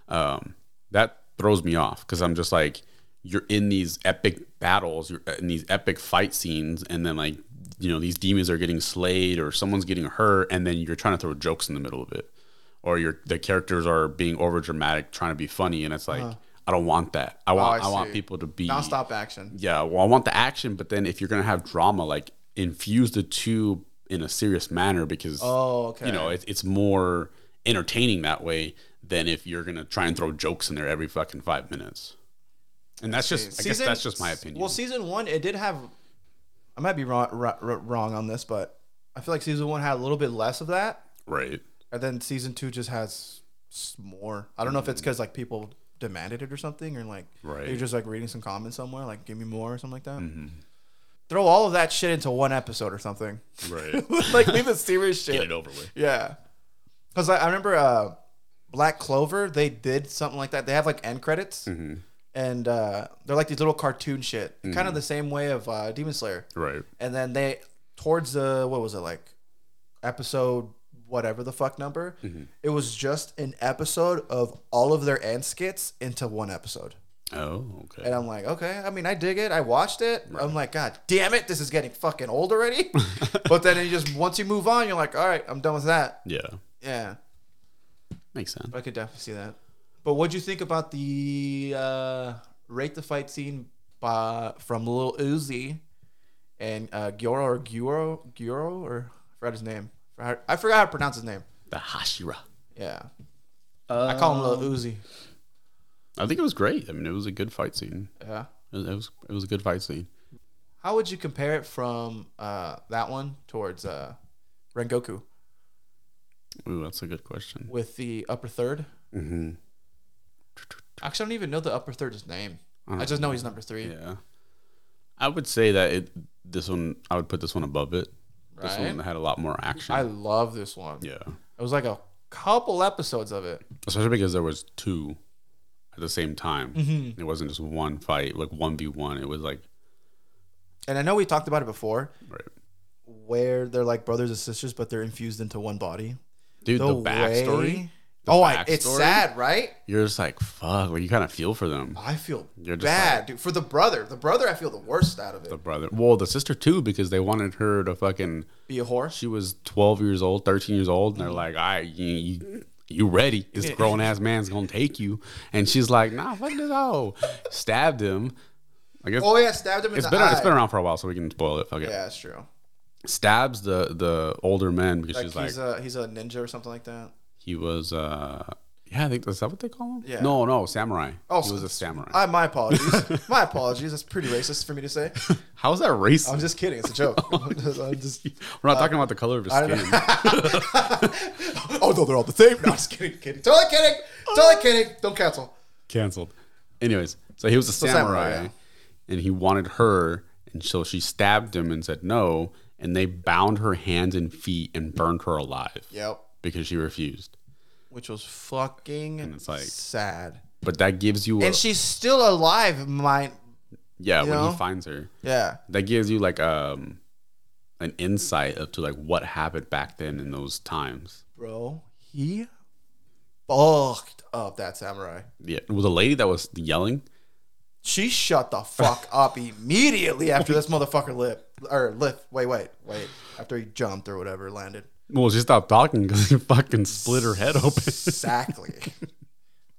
A: Um, that throws me off because I'm just like you're in these epic battles, you're uh, in these epic fight scenes, and then like you know these demons are getting slayed or someone's getting hurt, and then you're trying to throw jokes in the middle of it, or your the characters are being over dramatic, trying to be funny, and it's like I don't want that. I want
B: Uh-huh. Oh, I
A: I, want
B: see.
A: people to be
B: Non-stop action.
A: yeah, well, I want the action, but then if you're gonna have drama, like infuse the two in a serious manner because
B: Oh, okay.
A: you know it, it's more entertaining that way than if you're gonna try and throw jokes in there every fucking five minutes. And that's just, I guess that's just my opinion.
B: Well, season one, it did have. I might be wrong r- r- wrong on this, but I feel like season one had a little bit less of that,
A: right?
B: and then season two just has s- more. I don't know if it's because like people demanded it or something, or like
A: Mm. Right. Mm-hmm.
B: you're just like reading some comments somewhere, like give me more or something like that. Throw all of that shit into one episode or something. <laughs>
A: Right.
B: like leave the serious
A: <laughs>
B: shit.
A: Get it over with.
B: Yeah. Because I, I remember uh, Black Clover, they did something like that. They have like end credits. And uh, they're like these little cartoon shit, kind of the same way of uh, Demon Slayer.
A: Right.
B: And then they, towards the, what was it like? Episode whatever the fuck number. It was just an episode of all of their end skits into one episode.
A: Oh, okay.
B: And I'm like, okay, I mean, I dig it. I watched it. I'm like, God damn it, this is getting fucking old already. <laughs> but then you just, once you move on, you're like, all right, I'm done with that.
A: yeah,
B: Yeah,
A: makes sense.
B: I could definitely see that. But what'd you think about the uh, rate the fight scene by, from Lil Uzi and uh, Gyoro or Gyoro Gyoro or I forgot his name. I I forgot how to pronounce his name.
A: The Hashira.
B: Yeah, I call him Lil Uzi.
A: I think it was great. I mean, it was a good fight scene.
B: Yeah.
A: It was it was, it was a good fight scene.
B: How would you compare it from uh, that one towards uh, Rengoku
A: Ooh, that's a good question.
B: with the upper third?
A: Mm-hmm.
B: Actually, I don't even know the upper third's name. I just know he's number three.
A: Yeah. I would say that it this one I would put this one above it. This
B: Right.
A: one had a lot more action.
B: I love this one.
A: yeah.
B: It was like a couple episodes of it.
A: Especially because there was two at the same time.
B: Mm-hmm.
A: It wasn't just one fight, like 1v1. It was like
B: And I know we talked about it before,
A: right.
B: where they're like brothers and sisters, but they're infused into one body.
A: Dude, the, backstory.
B: way- oh, I, it's
A: backstory?
B: sad, right?
A: You're just like, fuck, like you kind of feel for them.
B: I feel
A: You're just
B: bad, dude. For the brother, the brother, I feel the worst out of it.
A: The brother. Well, the sister too, because they wanted her to fucking
B: Be a whore.
A: she was 12 years old, 13 years old, and they're like, all right, you, you, you ready. This grown ass man's going to take you. And she's like, nah, fuck this hoe. Stabbed him. I guess
B: Oh yeah, stabbed him in
A: it's
B: the
A: been,
B: eye.
A: it's been around for a while, so we can spoil it. Fuck it.
B: yeah, that's true.
A: Stabs the, the older man because
B: Like
A: she's like,
B: he's a he's a ninja or something like that.
A: he was, uh, yeah, I think, is that what they call him?
B: Yeah.
A: No, no, samurai.
B: Oh,
A: Oh, he
B: so-
A: was a samurai.
B: I
A: <laughs>
B: my apologies. my apologies. That's pretty racist for me to say.
A: How is that racist?
B: I'm just kidding. It's
A: <laughs>
B: a joke. <laughs> I'm just.
A: We're not talking about the color of his
B: don't <laughs>
A: skin. <laughs>
B: Oh no, they're all the same. No, I'm just kidding. Kidding. Totally kidding. Totally kidding. Don't cancel.
A: canceled. Anyways, so he was a
B: samurai,
A: samurai,
B: yeah.
A: and he wanted her, and so she stabbed him and said no, and they bound her hands and feet and burned her alive
B: Yep.
A: because she refused.
B: Which was fucking
A: it's like-
B: sad.
A: But that gives you a,
B: And she's still alive. Mine.
A: yeah when
B: know?
A: he finds her,
B: Yeah.
A: that gives you like um an insight of to like what happened back then in those times.
B: Bro, he fucked up that samurai.
A: Yeah, it was a lady that was yelling.
B: She shut the
A: <laughs>
B: fuck up immediately after this motherfucker lip or lift. Wait, wait, wait. After he jumped or whatever, landed.
A: Well, she stopped talking because he fucking split her head open. <laughs>
B: Exactly.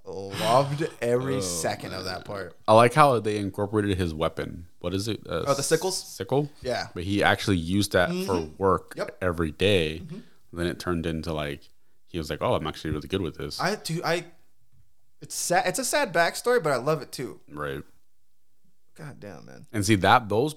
B: Loved
A: Oh
B: every second of that part.
A: I like how they incorporated his weapon. What is it? Uh,
B: Oh, the sickles?
A: Sickle.
B: Yeah. Mm-hmm.
A: But he actually used that for work
B: Yep. Mm-hmm.
A: every day. Then it turned into like he was like, "Oh, I'm actually really good with this."
B: I do. I. It's sad. It's a sad backstory, but I love it too.
A: right.
B: God damn, man.
A: And see that those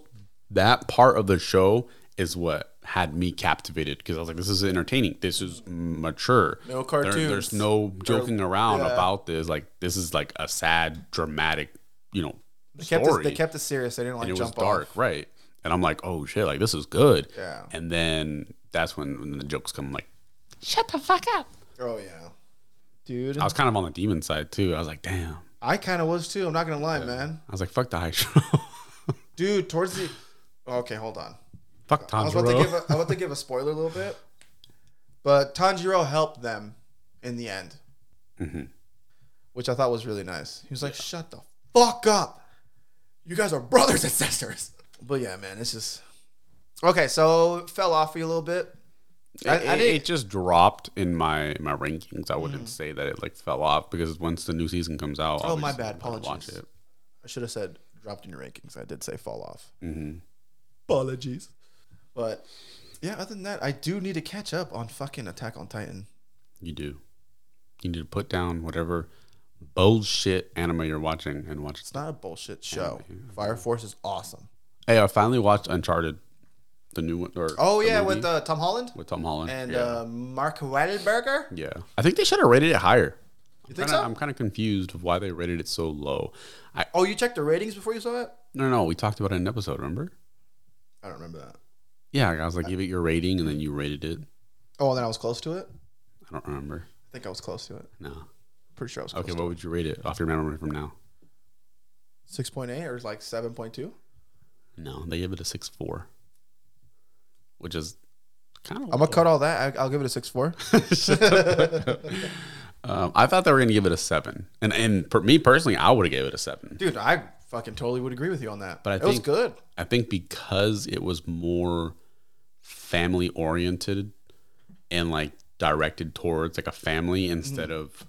A: that part of the show is what had me captivated because I was like, this is entertaining. This is mature.
B: No
A: There-
B: cartoons.
A: there's no joking around
B: yeah.
A: about this. Like, this is like a sad, dramatic, you know,
D: They kept, us,
A: story.
D: they kept us serious. They didn't like
A: and it was
D: jump
A: dark,
D: off.
A: right? And I'm like, oh shit, like this is good.
B: Yeah.
A: And then that's when, when the jokes come. Like,
B: Oh yeah.
D: Dude,
A: I was kind of on the demon side too. I was like, damn.
B: I kind of was too. I'm not gonna lie, man.
A: I was like, fuck the high show.
B: Dude, towards the. <sighs> Oh, Okay, hold on.
A: <laughs> fuck
B: I was about to give. A,
A: Tanjiro.
B: I was about to give a spoiler a little bit, but Tanjiro helped them in the end,
A: Mhm.
B: which I thought was really nice. He was like, "Shut the fuck up, you guys are brothers and sisters." But yeah, man, it's just okay. So it fell off for you a little bit. I,
A: It,
B: I
A: it-
B: didn't. Mm.
A: it just dropped in my my rankings. I wouldn't say that it like fell off because once the new season comes out,
B: Oh,
A: I'll
B: my
A: just
B: bad.
A: wanna Watch
B: Apologies.
A: it.
B: I should have said dropped in your rankings. I did say fall off.
A: hmm
B: Apologies. But yeah, other than that, I do need to catch up on fucking Attack on Titan.
A: You do. You need to put down whatever bullshit anime you're watching and watch it.
B: It's not a
A: Oh,
B: bullshit show. Fire Force is awesome.
A: Hey, I finally watched Uncharted, the new one. Or
B: Oh
A: the
B: yeah,
A: movie
B: with uh, Tom Holland
A: with Tom Holland
B: and
A: yeah.
B: uh, Mark Wahlberg.
A: Yeah, I think they should have rated it higher. You
B: think so?
A: I'm kind of confused of why they rated it so low. I
B: Oh, you checked the ratings before you saw it?
A: no no we talked about it in an episode remember?
B: I don't remember that.
A: Yeah, I was like give it your rating and then you rated it.
B: Oh, and then I was close to it. I
A: I don't remember.
B: think I was close to it.
A: No.
B: Pretty sure I was close.
A: Okay,
B: Okay,
A: what would you rate it off your memory from now?
B: six point eight or like seven point two.
A: No, they gave it a six four, which is kind of.
B: I'm gonna cut all that. I, I'll give it a six four.
A: <laughs> Um, I thought they were gonna give it a seven, and and for me personally, I would have gave it a seven.
B: Dude, I fucking totally would agree with you on that.
A: But I
B: it was
A: think-
B: good.
A: I think because it was more family oriented and like directed towards like a family instead of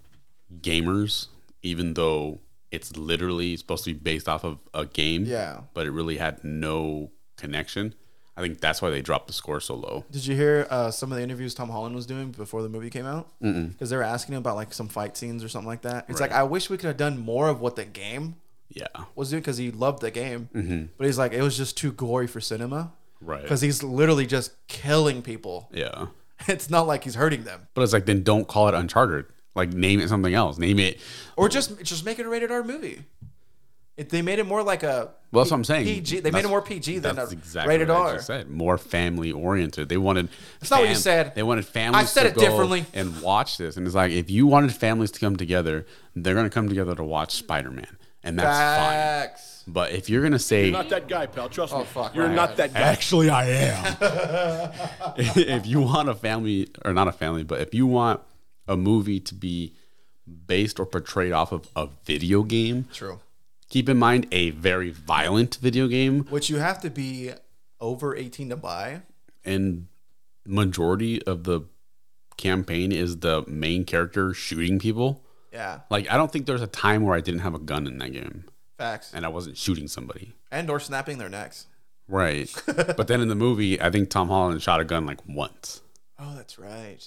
A: gamers, even though it's literally supposed to be based off of a game.
B: Yeah.
A: But it really had no connection. I think that's why they dropped the score so low.
B: Did you hear uh, some of the interviews Tom Holland was doing before the movie came out? Because they were asking him about like some fight scenes or something like that. It's like I wish we could have done more of what the game
A: Yeah.
B: was doing because he loved the game,
A: Mm-hmm.
B: but he's like it was just too gory for cinema.
A: Right.
B: Because he's literally just killing people. <laughs>
A: Yeah.
B: It's not like he's hurting them.
A: But it's like then don't call it Uncharted. Like name it something else. Name it.
B: Or just just make it a rated R movie. If they made it more like a
A: Well, that's what I'm saying.
B: PG. They made
A: That's-
B: it more PG than a
A: That's exactly
B: rated
A: what
B: R.
A: I just said. More family oriented. They wanted. That's
B: not what you said.
A: They wanted families.
B: I said
A: to
B: it
A: go
B: differently.
A: And watch this, and it's like if you wanted families to come together, they're gonna come together to watch Spider Man, and that's
B: Facts.
A: fine. But if you're gonna say,
E: Not that guy, pal. Trust me.
B: fuck,
E: You're
B: right.
E: not that guy.
A: actually, I
B: <laughs>
A: am. <laughs> if you want a family, or not a family, but if you want a movie to be based or portrayed off of a video game,
B: True.
A: keep in mind a very violent video game
B: Which you have to be over eighteen to buy.
A: and majority of the campaign is the main character shooting people.
B: Yeah.
A: Like I don't think there's a time where I didn't have a gun in that game
B: Facts.
A: and I wasn't shooting somebody.
B: And or snapping their necks.
A: Right. <laughs> but then in the movie, I think Tom Holland shot a gun like once.
B: Oh, that's right.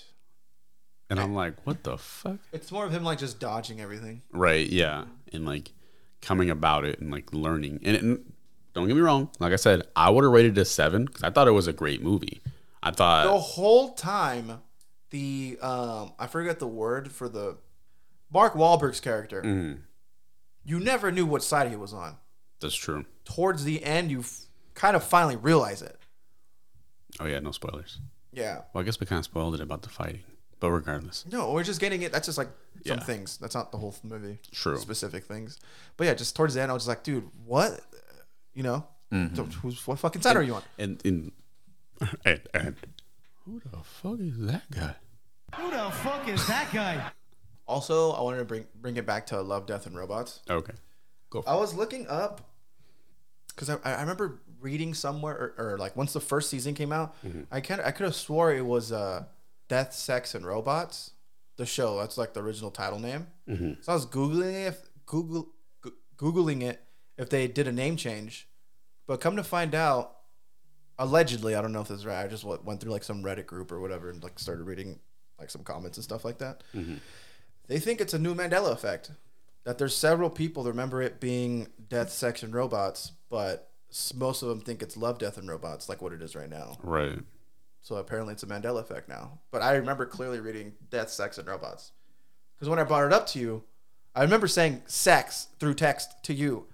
A: And I'm like, what the fuck?
B: It's more of him like just dodging everything.
A: Right, yeah. And like coming about it and like learning. And, and don't get me wrong, like I said, I would have rated it a 7 cuz I thought it was a great movie. I thought
B: The whole time, the um, I forget the word for the Mark Wahlberg's character. You never knew what side he was on.
A: that's true.
B: Towards the end, you f- kind of finally realize it.
A: Oh yeah, no spoilers.
B: Yeah.
A: Well, I guess we kind of spoiled it about the fighting. But regardless,
B: No, we're just getting it. That's just like some
A: Yeah.
B: things. That's not the whole movie.
A: True.
B: Specific things. But yeah, just towards the end, I was just like, dude, what? You know, So who's, what fucking side are you on?
A: and and and, and who the fuck is that guy?
F: Who the fuck is that guy?
B: Also, I wanted to bring bring it back to Love, Death, and Robots.
A: Okay,
B: I was looking up because I, I remember reading somewhere or, or like once the first season came out, I kind of I could have swore it was uh, Death, Sex, and Robots, the show. That's like the original title name. So I was googling if Google Goo- googling it if they did a name change, but come to find out, allegedly I don't know if this is right. I just went, went through like some Reddit group or whatever and like started reading like some comments and stuff like that. They think it's a new Mandela effect that there's several people that remember it being Death, Sex, and Robots, but s- most of them think it's Love, Death, and Robots, like what it is right now.
A: right.
B: So apparently it's a Mandela effect now. But I remember clearly reading Death, Sex, and Robots. Because when I brought it up to you, I remember saying sex through text to you,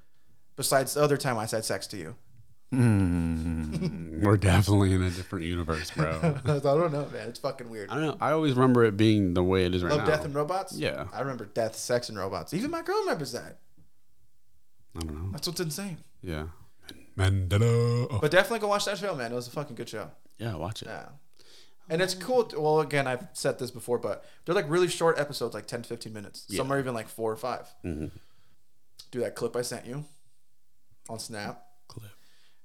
B: besides the other time I said sex to you. <laughs>
A: We're definitely in a different universe, <laughs> bro.
B: I don't know, man. It's fucking weird.
A: I don't know. I always remember it being the way it is right
B: Love
A: now.
B: Death and Robots?
A: Yeah.
B: I remember Death, Sex, and Robots. Even my girl remembers that.
A: I don't know.
B: That's what's insane.
A: Yeah. Mandela. Oh.
B: But definitely go watch that show, man. It was a fucking good show.
A: Yeah, watch it.
B: Yeah. And it's cool. To, well, again, I've said this before, but they're like really short episodes, like 10, 15 minutes. Some are even like four or 5
A: Mm-hmm.
B: Do that clip I sent you on Snap.
A: Clip.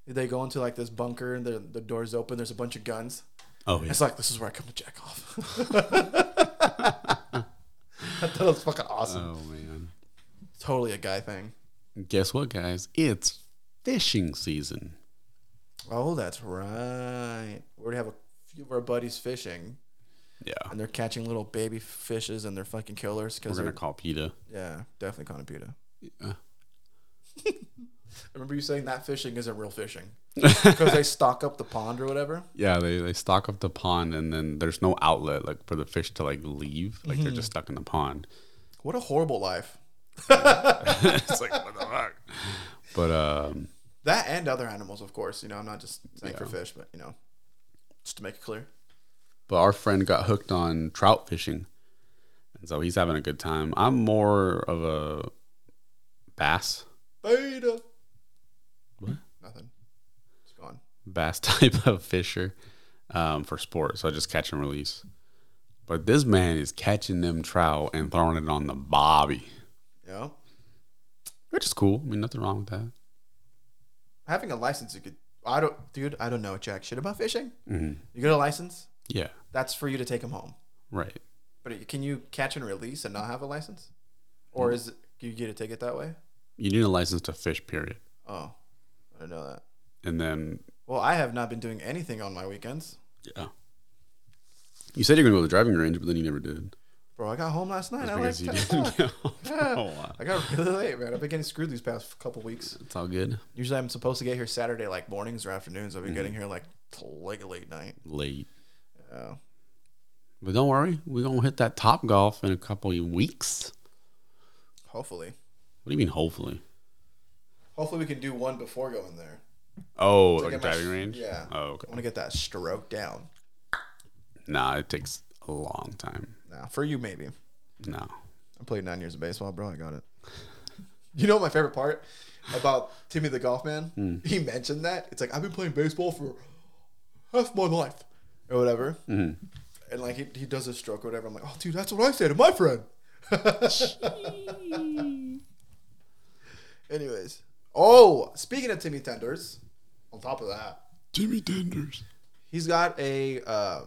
B: They go into like this bunker and the, the door's open. There's a bunch of guns.
A: Oh, yeah.
B: It's like, this is where I come to jack
A: <laughs>
B: off. <laughs> I thought it was fucking awesome.
A: Oh, man.
B: totally a guy thing.
A: Guess what, guys? It's fishing season.
B: Oh, that's right. We already have a few of our buddies fishing,
A: Yeah.
B: and they're catching little baby fishes, and they're fucking killers
A: We're
B: because
A: going
B: they're
A: to call PETA.
B: yeah, definitely caught a PETA.
A: Uh,
B: I <laughs> remember you saying that fishing isn't
A: <laughs>
B: real fishing because they stock up the pond or whatever.
A: Yeah, they, they stock up the pond and then there's no outlet like for the fish to like leave. Like they're just stuck in the pond.
B: What a horrible life.
A: <laughs> it's like what the fuck. But um
B: That and other animals, of course. You know, I'm not just saying for
A: Yeah.
B: fish, but you know, just to make it clear.
A: but our friend got hooked on trout fishing. And so he's having a good time. I'm more of a bass
B: Beta.
A: What?
B: Nothing. It's gone.
A: bass <laughs> type of fisher um, for sport. So I just catch and release. But this man is catching them trout and throwing it on the bobby,
B: Yeah.
A: which is cool. I mean, nothing wrong with that.
B: Having a license, you could. I don't, dude. I don't know jack shit about fishing.
A: Mm-hmm.
B: You get a license.
A: Yeah,
B: That's for you to take them home.
A: right.
B: But can you catch and release and not have a license? Or
A: Mm-hmm.
B: is it, do you get a ticket that way?
A: You need a license to fish, period.
B: Oh, I didn't know that.
A: And then,
B: Well, I have not been doing anything on my weekends.
A: yeah. You said you're going to go to the driving range, but then you never did.
B: Bro, I got home last night. I like
A: Because you
B: ten
A: didn't
B: o'clock.
A: <laughs> get off for a while.
B: I got really late, man. I've been getting screwed these past couple weeks.
A: It's all good.
B: Usually, I'm supposed to get here Saturday, like mornings or afternoons. I've
A: Mm-hmm.
B: been getting here like till, like late night.
A: Late.
B: Oh,
A: But don't worry, we're going to hit that top golf in a couple of weeks.
B: hopefully,
A: What do you mean, hopefully?
B: hopefully we can do one before going there.
A: Oh, like
B: get
A: a
B: my-
A: driving range?
B: yeah.
A: Oh,
B: I
A: okay.
B: want to get that stroke down.
A: Nah, it takes a long time.
B: Now, for you, maybe.
A: No.
B: I played nine years of baseball, bro. I got it. You know my favorite part about Timmy the Golf Man? He mentioned that. It's like I've been playing baseball for half my life. Or whatever. And like he, he does a stroke or whatever. I'm like, oh dude, that's what I say to my friend. Anyways. Oh, speaking of Timmy Tenders, on top of that,
A: Jimmy Tenders.
B: he's got a uh,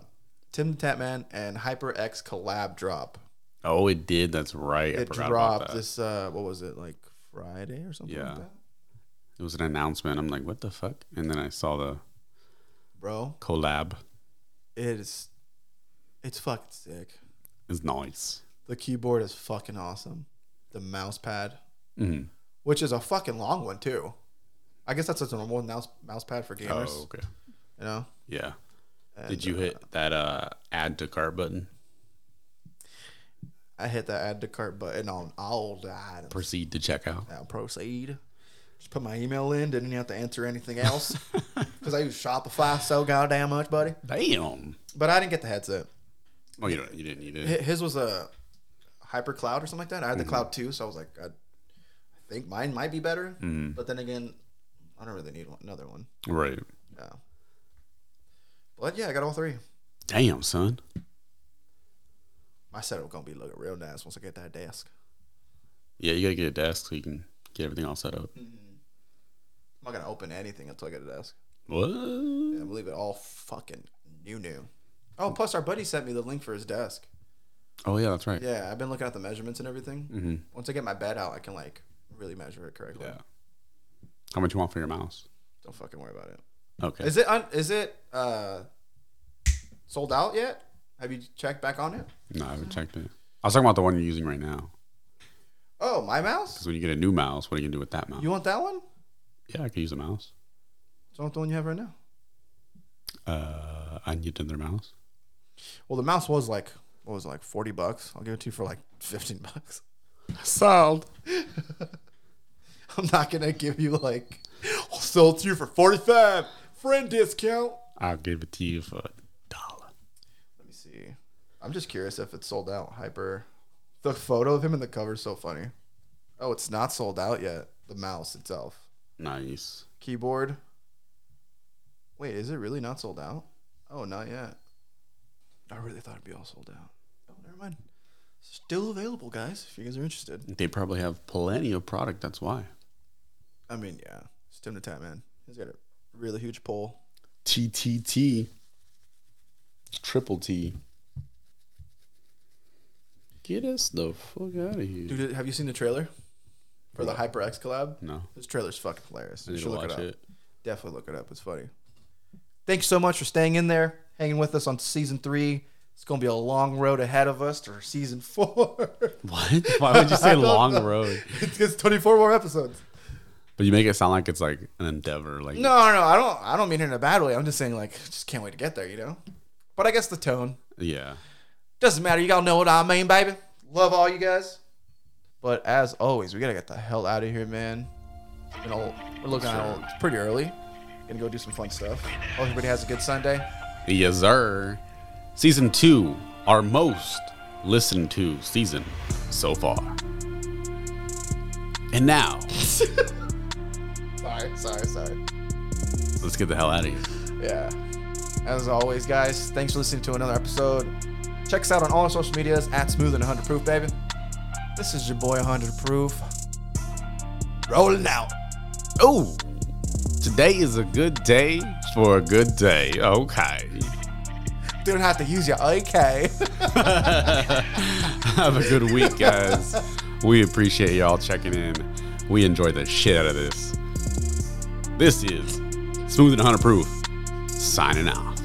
B: Tim the Tatman and HyperX collab drop
A: Oh, it did. That's right. I
B: it
A: forgot about
B: dropped
A: that.
B: this uh what was it like friday or something
A: Yeah.
B: like that
A: It was an announcement. I'm like, what the fuck? And then I saw the
B: bro
A: collab.
B: it's it's fucking sick
A: It's nice.
B: the keyboard is fucking awesome the mouse pad
A: Mhm.
B: which is a fucking long one too i guess that's just a normal mouse mouse pad for gamers
A: Oh, okay.
B: you know
A: Yeah.
B: And,
A: Did you hit that uh add to cart button?
B: i hit the add to cart button on all the items
A: Proceed to checkout.
B: now proceed just put my email in didn't have to answer
A: <laughs>
B: anything else because i use shopify so goddamn much buddy
A: Damn.
B: but i didn't get the headset
A: Oh, you don't, you didn't need it.
B: Hi- his was a hyper cloud or something like that. I had the cloud too, so I was like, I think mine might be better. But then again, I don't really need one, another one.
A: Right.
B: Yeah. But yeah, I got all three.
A: Damn, son.
B: My setup gonna be looking real nice once I get that desk.
A: Yeah, you gotta get a desk so you can get everything all set up.
B: I'm not gonna open anything until I get a desk.
A: What?
B: Yeah, I believe it all fucking new new. Oh, plus our buddy sent me the link for his desk.
A: Oh yeah, that's right.
B: Yeah, I've been looking at the measurements and everything. Mm-hmm. Once I get my bed out, I can like really measure it correctly.
A: Yeah. How much you want for your mouse?
B: Don't fucking worry about it.
A: Okay.
B: Is it un- is it uh sold out yet? Have you checked back on it?
A: no, I haven't checked it. I was talking about the one you're using right now.
B: Oh, my mouse?
A: Because when you get a new mouse, what are you gonna do with that mouse?
B: You want that one?
A: yeah, I could use a mouse.
B: It's not the one you have right now.
A: Uh, hiding it in their mouths.
B: Well, the mouse was like what was it, like forty bucks. I'll give it to you for like fifteen bucks. <laughs>
A: Sold.
B: I'm not gonna give you like I'll sell it to you for forty five friend discount.
A: I'll give it to you for a dollar.
B: Let me see. I'm just curious if it's sold out. Hyper. The photo of him in the cover is so funny. Oh, it's not sold out yet. The mouse itself.
A: Nice.
B: Keyboard. Wait, is it really not sold out? Oh, not yet. I really thought it'd be all sold out. Oh, never mind. Still available, guys, if you guys are interested.
A: They probably have plenty of product. That's why.
B: I mean, yeah. It's Tim the Tap Man. He's got a really huge pole.
A: TTT. Triple T. Get us the fuck out of here.
B: Dude, have you seen the trailer? For the HyperX collab?
A: no.
B: This trailer's fucking hilarious.
A: I
B: You
A: need
B: should
A: to
B: look it
A: watch
B: up.
A: it.
B: Definitely look it up. It's funny.
G: Thanks so much for staying in there, hanging with us on season three. It's going to be a long road ahead of us for season four.
A: What? Why would you
B: <laughs>
A: say
B: don't
A: long
B: know.
A: road?
B: <laughs> it's, it's 24 more episodes.
A: But you make it sound like it's like an endeavor. Like
B: No, no, no, I don't. I don't mean it in a bad way. I'm just saying, like, just can't wait to get there. You know.
G: but I guess the tone
A: Yeah.
G: doesn't matter. You all know what I mean, baby. Love all you guys.
B: But as always, we gotta get the hell out of here, man. You know, we're looking out. It's pretty early. Gonna go do some fun stuff.
G: Hope everybody has a good Sunday.
A: Yes, sir. Season two, our most listened to season so far. And now,
B: Sorry, sorry, sorry.
A: let's get the hell out of here.
B: Yeah.
G: As always, guys, thanks for listening to another episode. Check us out on all our social medias at Smooth and 100 Proof, baby. This is your boy 100 Proof.
B: Rolling out.
A: Oh, today is a good day for a good day. Okay.
G: Don't have to use your <laughs> AK.
A: <laughs> Have a good week, guys. we appreciate y'all checking in. We enjoy the shit out of this. This is Smooth and Hunter Proof signing out.